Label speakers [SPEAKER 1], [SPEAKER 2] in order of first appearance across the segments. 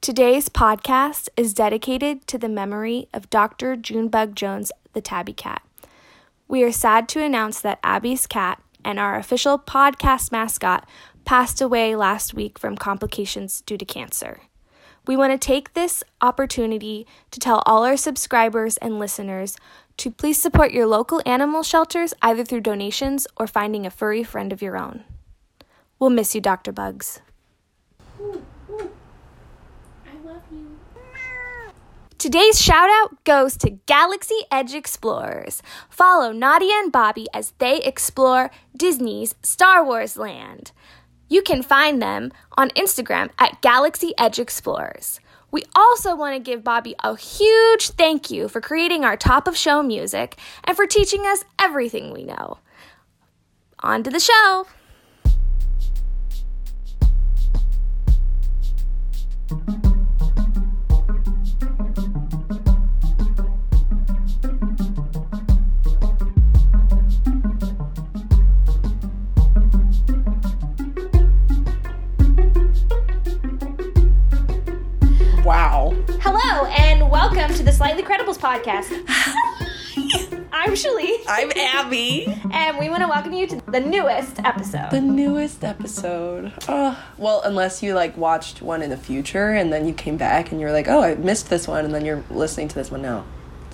[SPEAKER 1] Today's podcast is dedicated to the memory of Dr. Junebug Jones, the tabby cat. We are sad to announce that Abby's cat and our official podcast mascot passed away last week from complications due to cancer. We want to take this opportunity to tell all our subscribers and listeners to please support your local animal shelters either through donations or finding a furry friend of your own. We'll miss you, Dr. Bugs. Today's shout out goes to Galaxy Edge Explorers. Follow Nadia and Bobby as they explore Disney's Star Wars land. You can find them on Instagram at Galaxy Edge Explorers. We also want to give Bobby a huge thank you for creating our top of show music and for teaching us everything we know. On to the show!
[SPEAKER 2] Wow.
[SPEAKER 1] Hello, and welcome to the Slightly Credibles podcast. I'm Shalee,
[SPEAKER 2] I'm Abby.
[SPEAKER 1] and we want to welcome you to the newest episode.
[SPEAKER 2] The newest episode. Oh, well, unless you like watched one in the future and then you came back and you're like, oh, I missed this one, and then you're listening to this one now.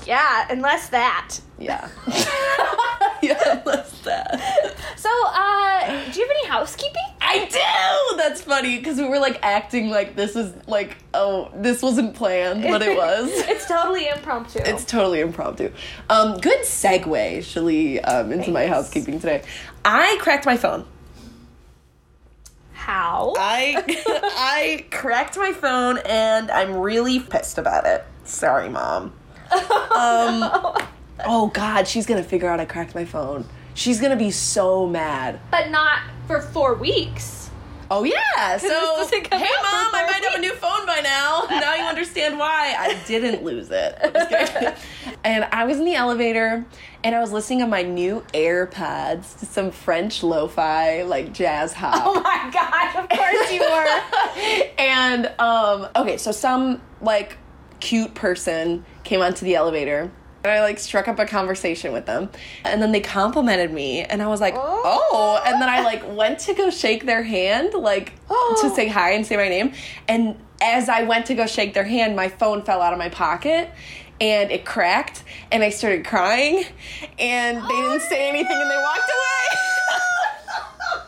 [SPEAKER 1] Yeah, unless that.
[SPEAKER 2] Yeah. yeah, that's that.
[SPEAKER 1] So, uh, do you have any housekeeping?
[SPEAKER 2] I do. That's funny because we were like acting like this is like, oh, this wasn't planned, but it was.
[SPEAKER 1] it's totally impromptu.
[SPEAKER 2] It's totally impromptu. Um, good segue, Shalee, um, into my
[SPEAKER 1] Thanks.
[SPEAKER 2] housekeeping today. I cracked my phone.
[SPEAKER 1] How?
[SPEAKER 2] I I cracked my phone and I'm really pissed about it. Sorry, mom. Um,
[SPEAKER 1] Oh, no.
[SPEAKER 2] Oh god, she's going to figure out I cracked my phone. She's going to be so mad.
[SPEAKER 1] But not for four weeks.
[SPEAKER 2] Oh yeah. So hey mom,
[SPEAKER 1] doesn't come out for
[SPEAKER 2] I might have a new phone by now. Now you understand why I didn't lose it. I'm just kidding. and I was in the elevator and I was listening to my new AirPods to some French lo-fi like jazz hop.
[SPEAKER 1] Oh my god, of course you were.
[SPEAKER 2] and um okay so some like cute person came onto the elevator and i like struck up a conversation with them and then they complimented me and i was like
[SPEAKER 1] Oh.
[SPEAKER 2] oh, and then i like went to go shake their hand like to say hi and say my name and as i went to go shake their hand my phone fell out of my pocket and it cracked and i started crying and they didn't say anything and they walked away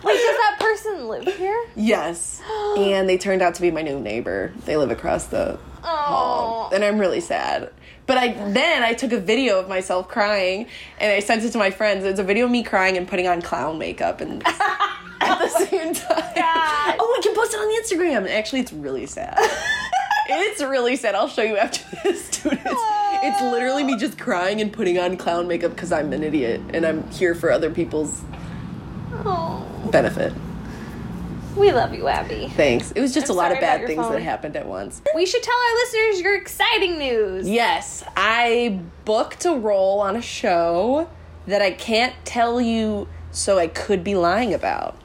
[SPEAKER 1] Wait, does that person live here?
[SPEAKER 2] Yes. and they turned out to be my new neighbor. They live across the hall. And I'm really sad. But I then I took a video of myself crying and I sent it to my friends. It's a video of me crying and putting on clown makeup and at the same time.
[SPEAKER 1] God.
[SPEAKER 2] Oh, I can post it on the Instagram. Actually, it's really sad. it's really sad. I'll show you after this, dude. It's, it's literally me just crying and putting on clown makeup because I'm an idiot and I'm here for other people's
[SPEAKER 1] Oh,
[SPEAKER 2] benefit.
[SPEAKER 1] we love you, Abby.
[SPEAKER 2] Thanks. It was just
[SPEAKER 1] I'm
[SPEAKER 2] a lot
[SPEAKER 1] sorry
[SPEAKER 2] of
[SPEAKER 1] about
[SPEAKER 2] bad
[SPEAKER 1] your
[SPEAKER 2] things
[SPEAKER 1] phone.
[SPEAKER 2] that happened at once.
[SPEAKER 1] We should tell our listeners your exciting news.
[SPEAKER 2] Yes, I booked a role on a show that I can't tell you, so I could be lying about.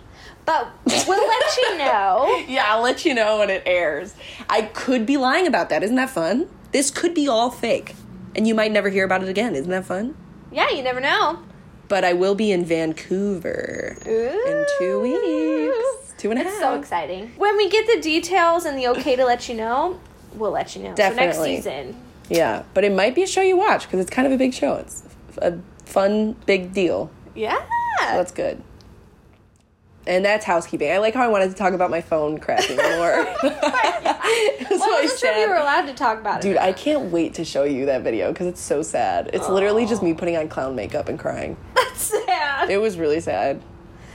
[SPEAKER 1] But we'll let you know.
[SPEAKER 2] Yeah, I'll let you know when it airs. I could be lying about that. Isn't that fun? This could be all fake, and you might never hear about it again. Isn't that fun?
[SPEAKER 1] Yeah, you never know.
[SPEAKER 2] But I will be in Vancouver in two weeks, two and a half.
[SPEAKER 1] So exciting. When we get the details and the okay to let you know, we'll let you know. So
[SPEAKER 2] Definitely.
[SPEAKER 1] next season.
[SPEAKER 2] yeah, but it might be a show you watch because it's kind of a big show. It's a fun, big deal.
[SPEAKER 1] Yeah.
[SPEAKER 2] So that's good. And that's housekeeping. I like how I wanted to talk about my phone crashing more. It's
[SPEAKER 1] well, I
[SPEAKER 2] so
[SPEAKER 1] wasn't sure if
[SPEAKER 2] sad.
[SPEAKER 1] you were allowed to talk about it.
[SPEAKER 2] Dude, I can't wait to show you that video because it's so sad. It's literally just me putting on clown makeup and crying.
[SPEAKER 1] That's sad.
[SPEAKER 2] It was really sad.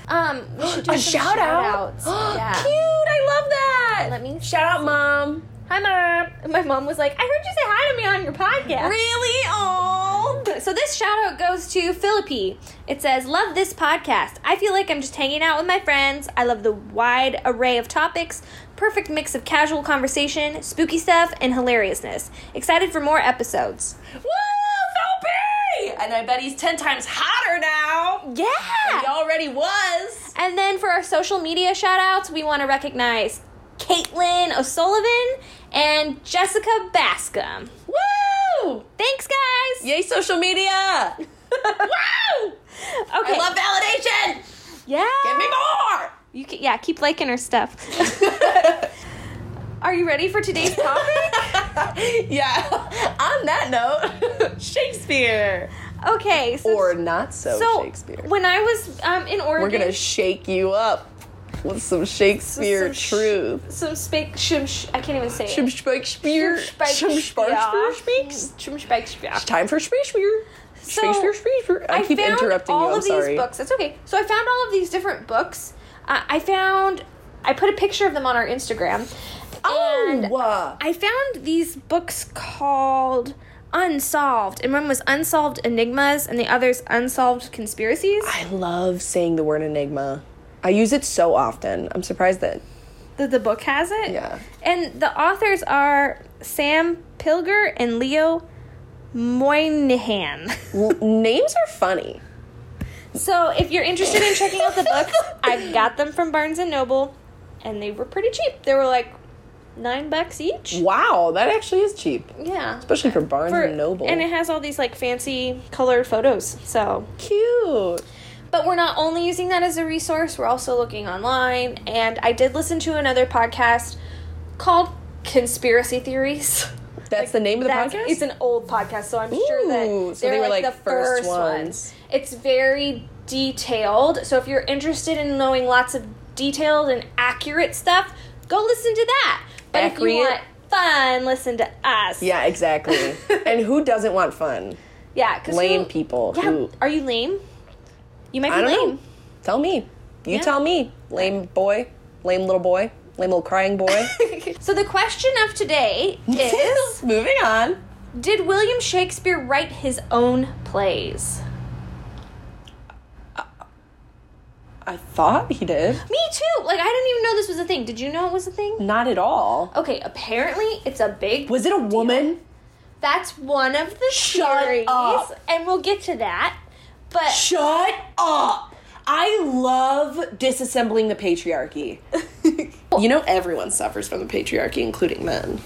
[SPEAKER 1] Um, we should do
[SPEAKER 2] A
[SPEAKER 1] some
[SPEAKER 2] shout out.
[SPEAKER 1] outs.
[SPEAKER 2] Cute.
[SPEAKER 1] yeah.
[SPEAKER 2] I love that.
[SPEAKER 1] Let me-
[SPEAKER 2] Shout out, mom.
[SPEAKER 1] Hi, mom. And my mom was like, "I heard you say hi to me on your podcast."
[SPEAKER 2] Really? Oh.
[SPEAKER 1] So this shout out goes to Philippi. It says, Love this podcast. I feel like I'm just hanging out with my friends. I love the wide array of topics, perfect mix of casual conversation, spooky stuff, and hilariousness. Excited for more episodes.
[SPEAKER 2] Woo, Phelpy! And I bet he's 10 times hotter now.
[SPEAKER 1] Yeah!
[SPEAKER 2] He already was.
[SPEAKER 1] And then for our social media shout outs, we want to recognize
[SPEAKER 3] Caitlin O'Sullivan, and Jessica Bascom.
[SPEAKER 2] Woo!
[SPEAKER 3] Thanks, guys.
[SPEAKER 2] Yay, social media!
[SPEAKER 3] Woo! Okay.
[SPEAKER 2] I love validation!
[SPEAKER 3] yeah.
[SPEAKER 2] Give me more!
[SPEAKER 3] You can, yeah, keep liking her stuff. Are you ready for today's topic?
[SPEAKER 2] yeah, on that note, Shakespeare.
[SPEAKER 3] Okay. So,
[SPEAKER 2] Or not so,
[SPEAKER 3] so
[SPEAKER 2] Shakespeare.
[SPEAKER 3] when I was um, in Oregon,
[SPEAKER 2] We're gonna shake you up with some Shakespeare
[SPEAKER 3] some sh-
[SPEAKER 2] truth.
[SPEAKER 3] some spake shim sh- I can't even say
[SPEAKER 2] Some
[SPEAKER 3] it.
[SPEAKER 2] Shakespeare. Some Shakespeare speaks.
[SPEAKER 3] Shim Shakespeare.
[SPEAKER 2] It's time for Shakespeare.
[SPEAKER 3] So,
[SPEAKER 2] Shakespeare, Shakespeare. I, keep
[SPEAKER 3] found
[SPEAKER 2] interrupting
[SPEAKER 3] all
[SPEAKER 2] you. I'm
[SPEAKER 3] of
[SPEAKER 2] sorry.
[SPEAKER 3] these books. That's okay. So I found all of these different books. Uh, I found I put a picture of them on our Instagram. and
[SPEAKER 2] Oh, uh,
[SPEAKER 3] I found these books called Unsolved, and one was Unsolved Enigmas, and the other's Unsolved Conspiracies.
[SPEAKER 2] I love saying the word enigma. I use it so often. I'm surprised that
[SPEAKER 3] The, the book has it.
[SPEAKER 2] Yeah.
[SPEAKER 3] And the authors are Sam Pilger and Leo Moynihan.
[SPEAKER 2] L- names are funny.
[SPEAKER 3] so if you're interested in checking out the books, I got them from Barnes and Noble, and they were pretty cheap. They were like nine bucks each.
[SPEAKER 2] Wow, that actually is cheap,
[SPEAKER 3] Yeah.
[SPEAKER 2] especially for Barnes
[SPEAKER 3] For-
[SPEAKER 2] and Noble.
[SPEAKER 3] And it has all these like fancy colored photos. So
[SPEAKER 2] cute.
[SPEAKER 3] But we're not only using that as a resource, we're also looking online. And I did listen to another podcast called Conspiracy Theories.
[SPEAKER 2] That's the name of the
[SPEAKER 3] That's-
[SPEAKER 2] podcast.
[SPEAKER 3] It's an old podcast, so I'm sure
[SPEAKER 2] Ooh,
[SPEAKER 3] that
[SPEAKER 2] so
[SPEAKER 3] they're
[SPEAKER 2] they were,
[SPEAKER 3] like,
[SPEAKER 2] like,
[SPEAKER 3] the first,
[SPEAKER 2] first
[SPEAKER 3] ones.
[SPEAKER 2] ones.
[SPEAKER 3] It's very detailed. So if you're interested in knowing lots of detailed and accurate stuff, go listen to that. But if you
[SPEAKER 2] Accurate?
[SPEAKER 3] want fun, listen to us.
[SPEAKER 2] yeah, exactly. and who doesn't want fun?
[SPEAKER 3] yeah. 'cause
[SPEAKER 2] Lame
[SPEAKER 3] who-
[SPEAKER 2] people.
[SPEAKER 3] Yeah,
[SPEAKER 2] Who?
[SPEAKER 3] are you lame? You might be
[SPEAKER 2] I don't
[SPEAKER 3] lame.
[SPEAKER 2] know. Tell me. You
[SPEAKER 3] Yeah.
[SPEAKER 2] tell me. Lame boy. Lame little boy. Lame little crying boy.
[SPEAKER 3] So the question of today is
[SPEAKER 2] Moving on.
[SPEAKER 3] Did William Shakespeare write his own plays?
[SPEAKER 2] I thought he did.
[SPEAKER 3] Me too! Like, I didn't even know this was a thing. Did you know it was a thing?
[SPEAKER 2] Not at all.
[SPEAKER 3] Okay, apparently it's a big.
[SPEAKER 2] Was it a woman?
[SPEAKER 3] That's one of the
[SPEAKER 2] Shut
[SPEAKER 3] theories,
[SPEAKER 2] up.
[SPEAKER 3] and we'll get to that. But
[SPEAKER 2] Shut up. I love disassembling the patriarchy. you know, everyone suffers from the patriarchy, including men.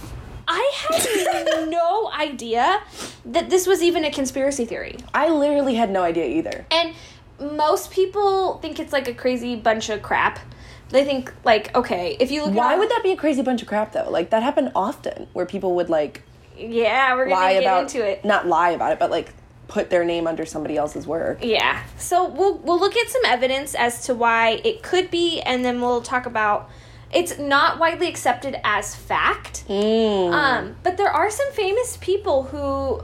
[SPEAKER 3] I had no idea that this was even a conspiracy theory.
[SPEAKER 2] I literally had no idea either.
[SPEAKER 3] And most people think it's like a crazy bunch of crap. They think, like, okay, if you look
[SPEAKER 2] Why
[SPEAKER 3] at.
[SPEAKER 2] would that be a crazy bunch of crap though? Like that happened often where people would like
[SPEAKER 3] Yeah, we're
[SPEAKER 2] lie
[SPEAKER 3] gonna get
[SPEAKER 2] about
[SPEAKER 3] into it.
[SPEAKER 2] not lie about it, but like put their name under somebody else's work.
[SPEAKER 3] Yeah. So we'll we'll look at some evidence as to why it could be, and then we'll talk about it's not widely accepted as fact.
[SPEAKER 2] Mm.
[SPEAKER 3] Um, but there are some famous people who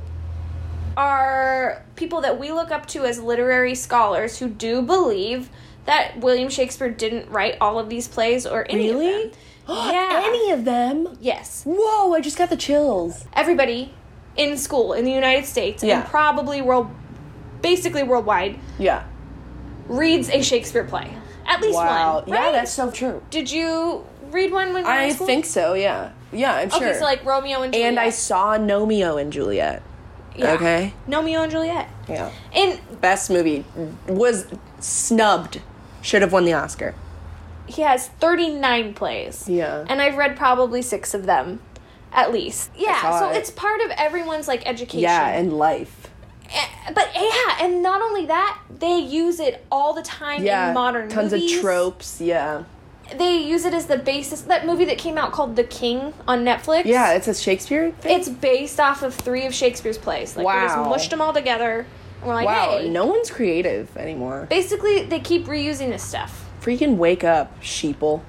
[SPEAKER 3] are people that we look up to as literary scholars who do believe that William Shakespeare didn't write all of these plays or any
[SPEAKER 2] Really?
[SPEAKER 3] of them. yeah.
[SPEAKER 2] Any of them?
[SPEAKER 3] yes.
[SPEAKER 2] Whoa, I just got the chills.
[SPEAKER 3] Everybody in school in the United States
[SPEAKER 2] Yeah.
[SPEAKER 3] and probably world basically worldwide
[SPEAKER 2] Yeah.
[SPEAKER 3] reads a Shakespeare play. At least
[SPEAKER 2] Wow.
[SPEAKER 3] one.
[SPEAKER 2] Yeah,
[SPEAKER 3] right?
[SPEAKER 2] that's so true.
[SPEAKER 3] Did you read one when you were
[SPEAKER 2] I
[SPEAKER 3] in school?
[SPEAKER 2] think so, yeah. Yeah, I'm sure.
[SPEAKER 3] Okay, so like Romeo and Juliet.
[SPEAKER 2] and I saw Nomeo and Juliet.
[SPEAKER 3] yeah.
[SPEAKER 2] okay.
[SPEAKER 3] Romeo and Juliet.
[SPEAKER 2] Yeah.
[SPEAKER 3] And
[SPEAKER 2] Best movie was snubbed. Should have won the Oscar.
[SPEAKER 3] he has 39 plays.
[SPEAKER 2] Yeah.
[SPEAKER 3] And I've read probably 6 of them at least. Yeah,
[SPEAKER 2] That's
[SPEAKER 3] so
[SPEAKER 2] hot.
[SPEAKER 3] it's part of everyone's like education.
[SPEAKER 2] Yeah, and life.
[SPEAKER 3] Eh, but yeah, and not only that, they use it all the time
[SPEAKER 2] Yeah.
[SPEAKER 3] in modern
[SPEAKER 2] Tons
[SPEAKER 3] movies.
[SPEAKER 2] of tropes, yeah.
[SPEAKER 3] They use it as the basis that movie that came out called The King on Netflix.
[SPEAKER 2] Yeah, it's a Shakespeare thing.
[SPEAKER 3] It's based off of three of Shakespeare's plays. Like we just
[SPEAKER 2] Wow.
[SPEAKER 3] mushed them all together, and we're like,
[SPEAKER 2] wow,
[SPEAKER 3] hey.
[SPEAKER 2] no one's creative anymore.
[SPEAKER 3] Basically, they keep reusing this stuff.
[SPEAKER 2] Freaking wake up, sheeple.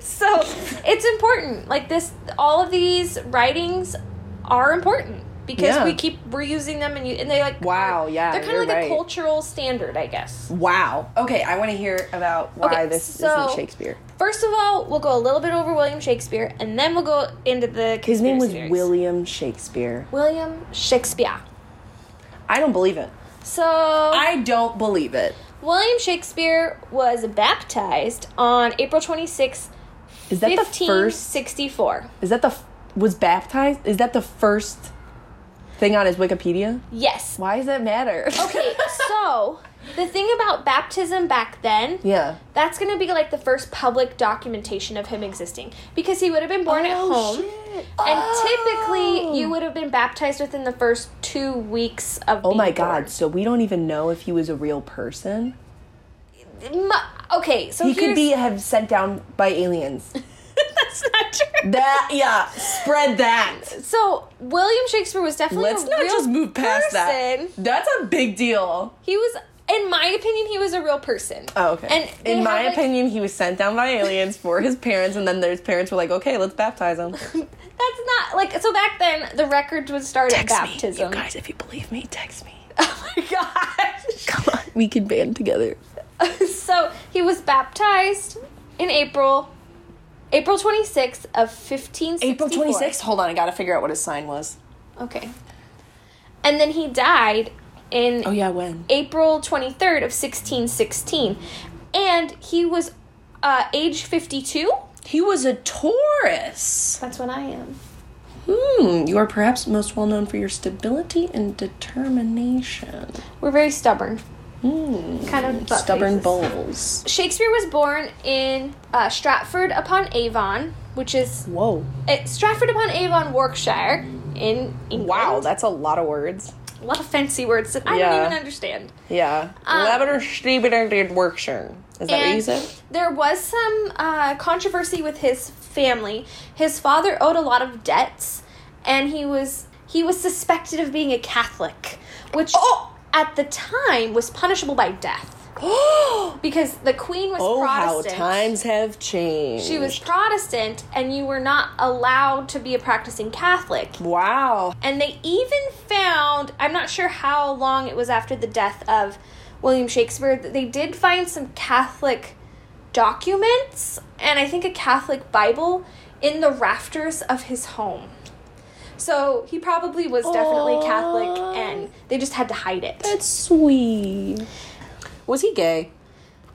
[SPEAKER 3] So it's important. Like this, all of these writings are important because
[SPEAKER 2] Yeah.
[SPEAKER 3] we keep reusing them, and you and they like.
[SPEAKER 2] Wow,
[SPEAKER 3] are-
[SPEAKER 2] yeah,
[SPEAKER 3] They're kind
[SPEAKER 2] you're
[SPEAKER 3] of like a
[SPEAKER 2] right.
[SPEAKER 3] cultural standard, I guess.
[SPEAKER 2] Wow. Okay, I want to hear about why
[SPEAKER 3] Okay,
[SPEAKER 2] this
[SPEAKER 3] so-
[SPEAKER 2] isn't Shakespeare.
[SPEAKER 3] First of all, we'll go a little bit over William Shakespeare, and then we'll go into the.
[SPEAKER 2] His name
[SPEAKER 3] conspiracy
[SPEAKER 2] was
[SPEAKER 3] theories.
[SPEAKER 2] William Shakespeare.
[SPEAKER 3] William Shakespeare.
[SPEAKER 2] I don't believe it.
[SPEAKER 3] So
[SPEAKER 2] I don't believe it.
[SPEAKER 3] William Shakespeare was baptized on April twenty sixth,
[SPEAKER 2] Is that the
[SPEAKER 3] fifteen
[SPEAKER 2] first?
[SPEAKER 3] sixty four.
[SPEAKER 2] Is that the f- was baptized? Is that the first thing on his Wikipedia?
[SPEAKER 3] Yes.
[SPEAKER 2] Why does that matter?
[SPEAKER 3] Okay, so The thing about baptism back then,
[SPEAKER 2] Yeah.
[SPEAKER 3] that's going to be like the first public documentation of him existing because he would have been born at
[SPEAKER 2] Oh,
[SPEAKER 3] home.
[SPEAKER 2] shit.
[SPEAKER 3] And
[SPEAKER 2] Oh.
[SPEAKER 3] typically, you would have been baptized within the first two weeks of.
[SPEAKER 2] Oh my god, so we don't even know if he was a real person?
[SPEAKER 3] Okay, so
[SPEAKER 2] He could
[SPEAKER 3] here's-
[SPEAKER 2] be have sent down by aliens.
[SPEAKER 3] that's not true.
[SPEAKER 2] That yeah, spread that.
[SPEAKER 3] So William Shakespeare was definitely.
[SPEAKER 2] Let's
[SPEAKER 3] a
[SPEAKER 2] not
[SPEAKER 3] real
[SPEAKER 2] just move past that.
[SPEAKER 3] person.
[SPEAKER 2] That's a big deal.
[SPEAKER 3] He was, in my opinion, he was a real person.
[SPEAKER 2] Oh, okay.
[SPEAKER 3] And
[SPEAKER 2] in my
[SPEAKER 3] opinion.
[SPEAKER 2] opinion, he was sent down by aliens for his parents, and then their parents were like, "Okay, let's baptize him."
[SPEAKER 3] That's not like so. Back then, the record would start at baptism.
[SPEAKER 2] if you believe me, text me.
[SPEAKER 3] Oh my gosh!
[SPEAKER 2] Come on, we can band together.
[SPEAKER 3] so he was baptized in April, April twenty sixth of fifteen.
[SPEAKER 2] April twenty sixth. Hold on, I gotta figure out what his sign was.
[SPEAKER 3] Okay. And then he died in
[SPEAKER 2] Oh yeah, when?
[SPEAKER 3] April twenty third of sixteen sixteen, and he was uh, age fifty two.
[SPEAKER 2] He was a Taurus.
[SPEAKER 3] That's when I am.
[SPEAKER 2] Hmm. You are perhaps most well known for your stability and determination.
[SPEAKER 3] We're very stubborn.
[SPEAKER 2] Hmm.
[SPEAKER 3] Kind of butt
[SPEAKER 2] Stubborn
[SPEAKER 3] faces.
[SPEAKER 2] bulls.
[SPEAKER 3] Shakespeare was born in uh, Stratford upon Avon, which is
[SPEAKER 2] Whoa.
[SPEAKER 3] uh, Stratford upon Avon, Warwickshire, in England.
[SPEAKER 2] Wow, that's a lot of words.
[SPEAKER 3] a lot of fancy words that I
[SPEAKER 2] Yeah.
[SPEAKER 3] don't even understand.
[SPEAKER 2] Yeah.
[SPEAKER 3] Um,
[SPEAKER 2] Lavender Stevener did Workshire. Is that what you said?
[SPEAKER 3] there was some uh, controversy with his family. His father owed a lot of debts, and he was he was suspected of being a Catholic, which
[SPEAKER 2] Oh!
[SPEAKER 3] at the time was punishable by death
[SPEAKER 2] oh,
[SPEAKER 3] because the Queen was
[SPEAKER 2] how
[SPEAKER 3] Protestant.
[SPEAKER 2] times have changed.
[SPEAKER 3] she was Protestant, and you were not allowed to be a practicing Catholic.
[SPEAKER 2] Wow.
[SPEAKER 3] And they even found, I'm not sure how long it was after the death of William Shakespeare, that they did find some Catholic documents and I think a Catholic Bible in the rafters of his home. So he probably was definitely
[SPEAKER 2] Aw.
[SPEAKER 3] Catholic and they just had to hide it.
[SPEAKER 2] That's sweet. Was he gay?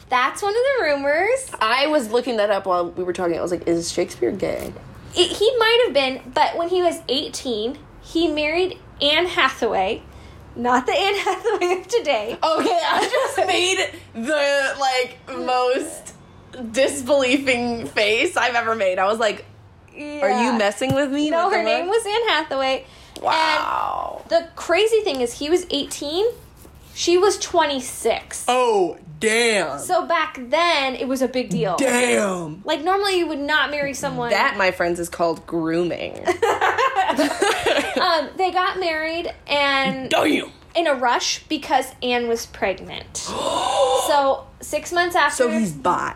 [SPEAKER 3] That's one of the rumors.
[SPEAKER 2] I was looking that up while we were talking. I was like, is Shakespeare gay?
[SPEAKER 3] It, he might have been, but when he was 18, he married Anne Hathaway. Not the Anne Hathaway of today.
[SPEAKER 2] Okay, I just made the like most disbelieving face I've ever made. I was like, are you
[SPEAKER 3] Yeah.
[SPEAKER 2] messing with me?
[SPEAKER 3] No,
[SPEAKER 2] What the
[SPEAKER 3] her name
[SPEAKER 2] fuck?
[SPEAKER 3] was Anne Hathaway.
[SPEAKER 2] Wow.
[SPEAKER 3] The crazy thing is, he was 18, she was 26.
[SPEAKER 2] oh, damn.
[SPEAKER 3] So back then, it was a big deal.
[SPEAKER 2] damn.
[SPEAKER 3] Like, normally you would not marry someone.
[SPEAKER 2] That, my friends, is called grooming.
[SPEAKER 3] um, they got married and
[SPEAKER 2] Damn.
[SPEAKER 3] in a rush because Anne was pregnant. so, six months after.
[SPEAKER 2] So he's bi.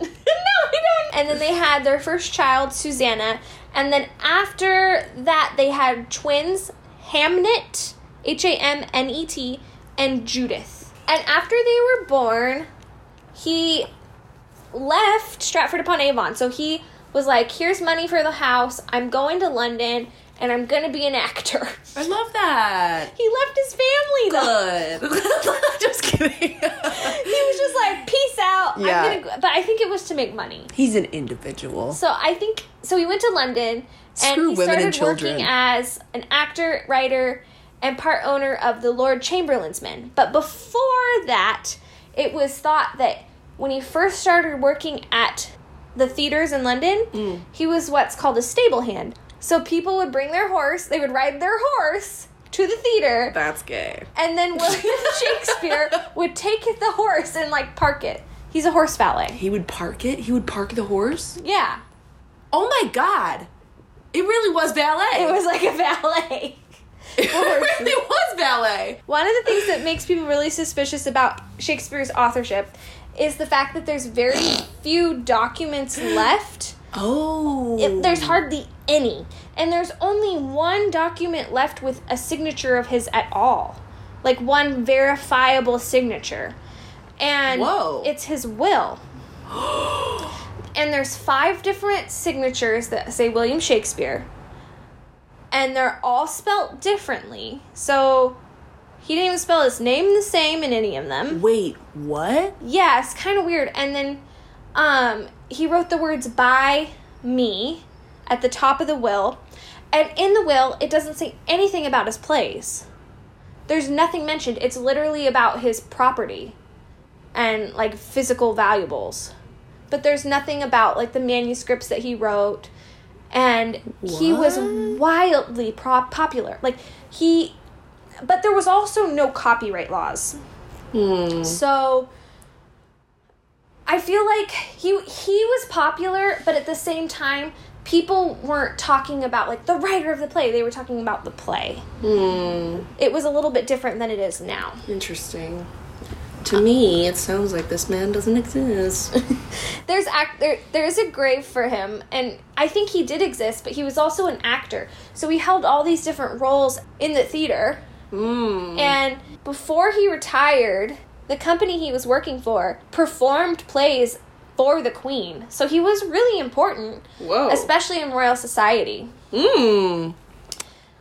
[SPEAKER 3] no, he don't. And then they had their first child, Susanna. And then after that, they had twins, Hamnet, H A M N E T, and Judith. And after they were born, he left Stratford upon Avon. So he was like, here's money for the house. I'm going to London and I'm going to be an actor.
[SPEAKER 2] I love that.
[SPEAKER 3] He left his family though.
[SPEAKER 2] Good. Just kidding.
[SPEAKER 3] He was just like, peace out.
[SPEAKER 2] Yeah.
[SPEAKER 3] I'm gonna go. But I think it was to make money.
[SPEAKER 2] he's an individual.
[SPEAKER 3] So I think so. He went to London and
[SPEAKER 2] Screw
[SPEAKER 3] he
[SPEAKER 2] women
[SPEAKER 3] started
[SPEAKER 2] and children.
[SPEAKER 3] working as an actor, writer, and part owner of the Lord Chamberlain's Men. But before that, it was thought that when he first started working at the theaters in London,
[SPEAKER 2] Mm.
[SPEAKER 3] he was what's called a stable hand. So people would bring their horse, they would ride their horse to the theater,
[SPEAKER 2] That's gay.
[SPEAKER 3] and then William Shakespeare would take the horse and like park it. He's a horse valet.
[SPEAKER 2] He would park it. He would park the horse.
[SPEAKER 3] Yeah.
[SPEAKER 2] Oh my god. It really was ballet.
[SPEAKER 3] It was like a valet.
[SPEAKER 2] it really was ballet.
[SPEAKER 3] One of the things that makes people really suspicious about Shakespeare's authorship is the fact that there's very few documents left.
[SPEAKER 2] Oh.
[SPEAKER 3] It- there's hardly any. And there's only one document left with a signature of his at all. Like one verifiable signature. And
[SPEAKER 2] Whoa.
[SPEAKER 3] it's his will. and there's five different signatures that say William Shakespeare. And they're all spelt differently. So he didn't even spell his name the same in any of them.
[SPEAKER 2] Wait, what?
[SPEAKER 3] Yeah, it's kind of weird. And then um, he wrote the words by me at the top of the will. And in the will, it doesn't say anything about his plays. There's nothing mentioned. It's literally about his property and like physical valuables. But there's nothing about like the manuscripts that he wrote and he was wildly pro- popular. Like he but there was also no copyright laws. So I feel like he he was popular, but at the same time, people weren't talking about like the writer of the play. They were talking about the play. It was a little bit different than it is now.
[SPEAKER 2] Interesting. To me, it sounds like this man doesn't exist.
[SPEAKER 3] There's act there there is a grave for him, and I think he did exist, but he was also an actor. So he held all these different roles in the theater.
[SPEAKER 2] Mm.
[SPEAKER 3] And before he retired, the company he was working for performed plays for the queen. So he was really important,
[SPEAKER 2] Whoa.
[SPEAKER 3] especially in royal society.
[SPEAKER 2] Mmm.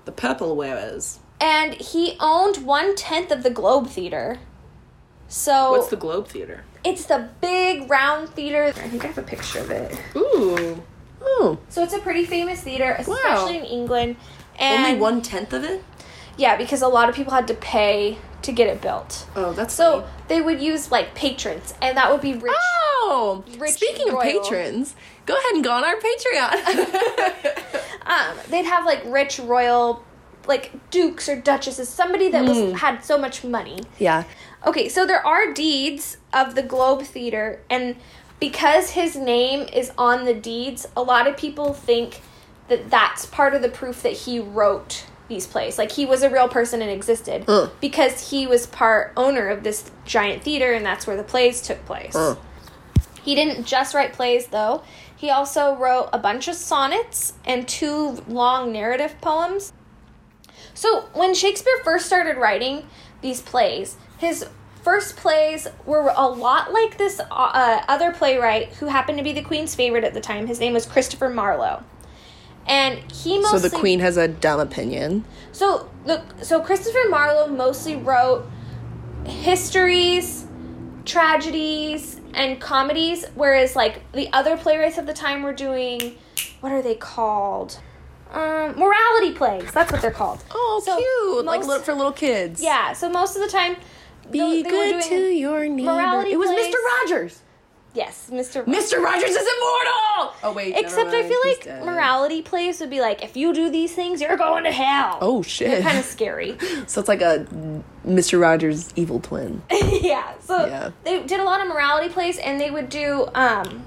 [SPEAKER 2] The purple wearers.
[SPEAKER 3] And he owned one tenth of the Globe Theater. So
[SPEAKER 2] What's the Globe Theater?
[SPEAKER 3] it's the big round theater. I think I have a picture of it.
[SPEAKER 2] Ooh. Oh.
[SPEAKER 3] So it's a pretty famous theater, especially in England. And
[SPEAKER 2] Only one tenth of it?
[SPEAKER 3] Yeah, because a lot of people had to pay to get it built.
[SPEAKER 2] Oh, that's
[SPEAKER 3] So
[SPEAKER 2] funny.
[SPEAKER 3] they would use like patrons, and that would be rich.
[SPEAKER 2] Oh,
[SPEAKER 3] Rich
[SPEAKER 2] speaking of
[SPEAKER 3] royal.
[SPEAKER 2] patrons, go ahead and go on our Patreon.
[SPEAKER 3] Um, they'd have like rich royal, like dukes or duchesses, somebody that was had so much money.
[SPEAKER 2] yeah.
[SPEAKER 3] Okay, so there are deeds of the Globe Theater, and because his name is on the deeds, a lot of people think that that's part of the proof that he wrote these plays. Like he was a real person and existed
[SPEAKER 2] Ugh.
[SPEAKER 3] because he was part owner of this giant theater, and that's where the plays took place.
[SPEAKER 2] Ugh.
[SPEAKER 3] He didn't just write plays though. He also wrote a bunch of sonnets and two long narrative poems. So, when Shakespeare first started writing these plays, his first plays were a lot like this uh, other playwright who happened to be the queen's favorite at the time. His name was Christopher Marlowe. And he
[SPEAKER 2] So
[SPEAKER 3] mostly
[SPEAKER 2] the queen has a dumb opinion.
[SPEAKER 3] so look, so Christopher Marlowe mostly wrote histories, tragedies, and comedies, whereas like the other playwrights of the time were doing what are they called? Um, morality plays. That's what they're called.
[SPEAKER 2] Oh,
[SPEAKER 3] So
[SPEAKER 2] cute! like
[SPEAKER 3] most-
[SPEAKER 2] little, for little kids.
[SPEAKER 3] Yeah. So most of the time,
[SPEAKER 2] Be
[SPEAKER 3] tho- they were
[SPEAKER 2] good
[SPEAKER 3] doing-
[SPEAKER 2] to your neighbor.
[SPEAKER 3] morality
[SPEAKER 2] it was
[SPEAKER 3] plays.
[SPEAKER 2] Mr. Rogers.
[SPEAKER 3] Yes, Mr.
[SPEAKER 2] Mr. Rogers is immortal. Oh wait. never
[SPEAKER 3] Except I
[SPEAKER 2] mind,
[SPEAKER 3] feel
[SPEAKER 2] he's
[SPEAKER 3] like
[SPEAKER 2] dead.
[SPEAKER 3] morality plays would be like if you do these things, you're going to hell.
[SPEAKER 2] Oh shit.
[SPEAKER 3] Kind of scary.
[SPEAKER 2] so it's like a Mr. Rogers evil twin.
[SPEAKER 3] yeah. So
[SPEAKER 2] Yeah.
[SPEAKER 3] they did a lot of morality plays, and they would do um,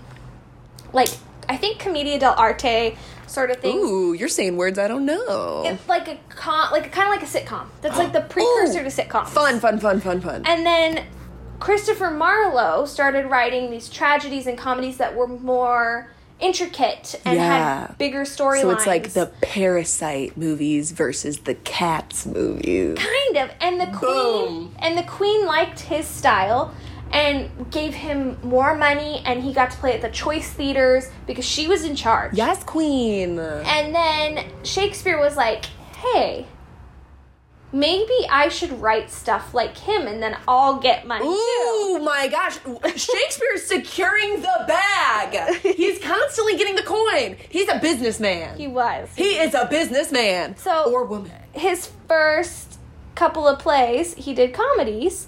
[SPEAKER 3] like I think commedia dell'arte sort of things.
[SPEAKER 2] Ooh, you're saying words I don't know.
[SPEAKER 3] It's like a con, like kind of like a sitcom. That's like the precursor to sitcoms.
[SPEAKER 2] Fun, fun, fun, fun, fun.
[SPEAKER 3] And then Christopher Marlowe started writing these tragedies and comedies that were more intricate and
[SPEAKER 2] Yeah.
[SPEAKER 3] had bigger storylines.
[SPEAKER 2] so it's like the Parasite movies versus the Cats movies.
[SPEAKER 3] kind of and the queen
[SPEAKER 2] Boom.
[SPEAKER 3] and the queen liked his style and gave him more money and he got to play at the choice theaters because she was in charge
[SPEAKER 2] Yes, Queen.
[SPEAKER 3] and then shakespeare was like hey maybe i should write stuff like him and then i'll get money too
[SPEAKER 2] Ooh, my gosh. Shakespeare's securing the bag. He's constantly getting the coin. He's a businessman.
[SPEAKER 3] he
[SPEAKER 2] He,
[SPEAKER 3] was
[SPEAKER 2] is a businessman.
[SPEAKER 3] So-
[SPEAKER 2] or woman.
[SPEAKER 3] his first couple of plays he did comedies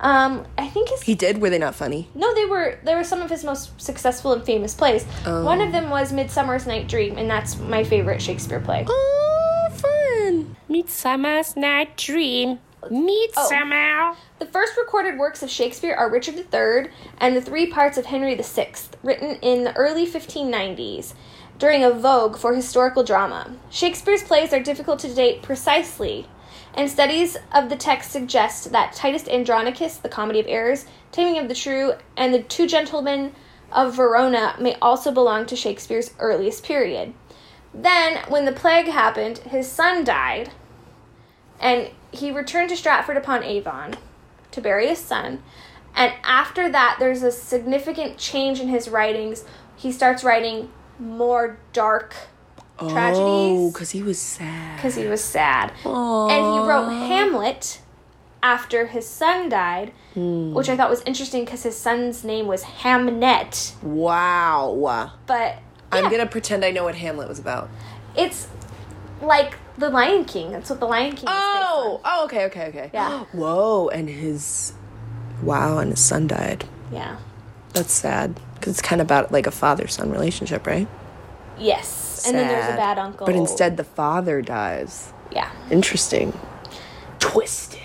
[SPEAKER 3] um, i think his
[SPEAKER 2] He did. Were they not funny?
[SPEAKER 3] No, they were there were some of his most successful and famous plays. One of them was Midsummer's Night Dream, and that's my favorite Shakespeare play.
[SPEAKER 2] Oh, fun.
[SPEAKER 4] Midsummer's Night Dream. Midsummer.
[SPEAKER 3] The first recorded works of Shakespeare are Richard III and the three parts of Henry VI, written in the early 1590s during a vogue for historical drama. Shakespeare's plays are difficult to date precisely, and studies of the text suggest that Titus Andronicus, The Comedy of Errors, Taming of the Shrew, and The Two Gentlemen of Verona may also belong to Shakespeare's earliest period. Then, when the plague happened, his son died, and he returned to Stratford upon Avon to bury his son. And after that, there's a significant change in his writings. He starts writing more dark
[SPEAKER 2] Oh,
[SPEAKER 3] tragedies
[SPEAKER 2] because he was sad.
[SPEAKER 3] because he was sad. And he wrote Hamlet after his son died, which I thought was interesting because his son's name was Hamnet.
[SPEAKER 2] Wow.
[SPEAKER 3] But
[SPEAKER 2] I'm
[SPEAKER 3] yeah,
[SPEAKER 2] going to pretend I know what Hamlet was about.
[SPEAKER 3] it's like the Lion King. That's what the Lion King.
[SPEAKER 2] Oh, oh, okay, okay, okay.
[SPEAKER 3] Yeah.
[SPEAKER 2] Whoa, and his, wow, and his son died.
[SPEAKER 3] is based on. yeah.
[SPEAKER 2] That's sad because it's kind of about like a father-son relationship, right?
[SPEAKER 3] Yes, and then there's a
[SPEAKER 2] Sad.
[SPEAKER 3] bad uncle.
[SPEAKER 2] But instead, the father dies.
[SPEAKER 3] yeah.
[SPEAKER 2] Interesting. Twisted.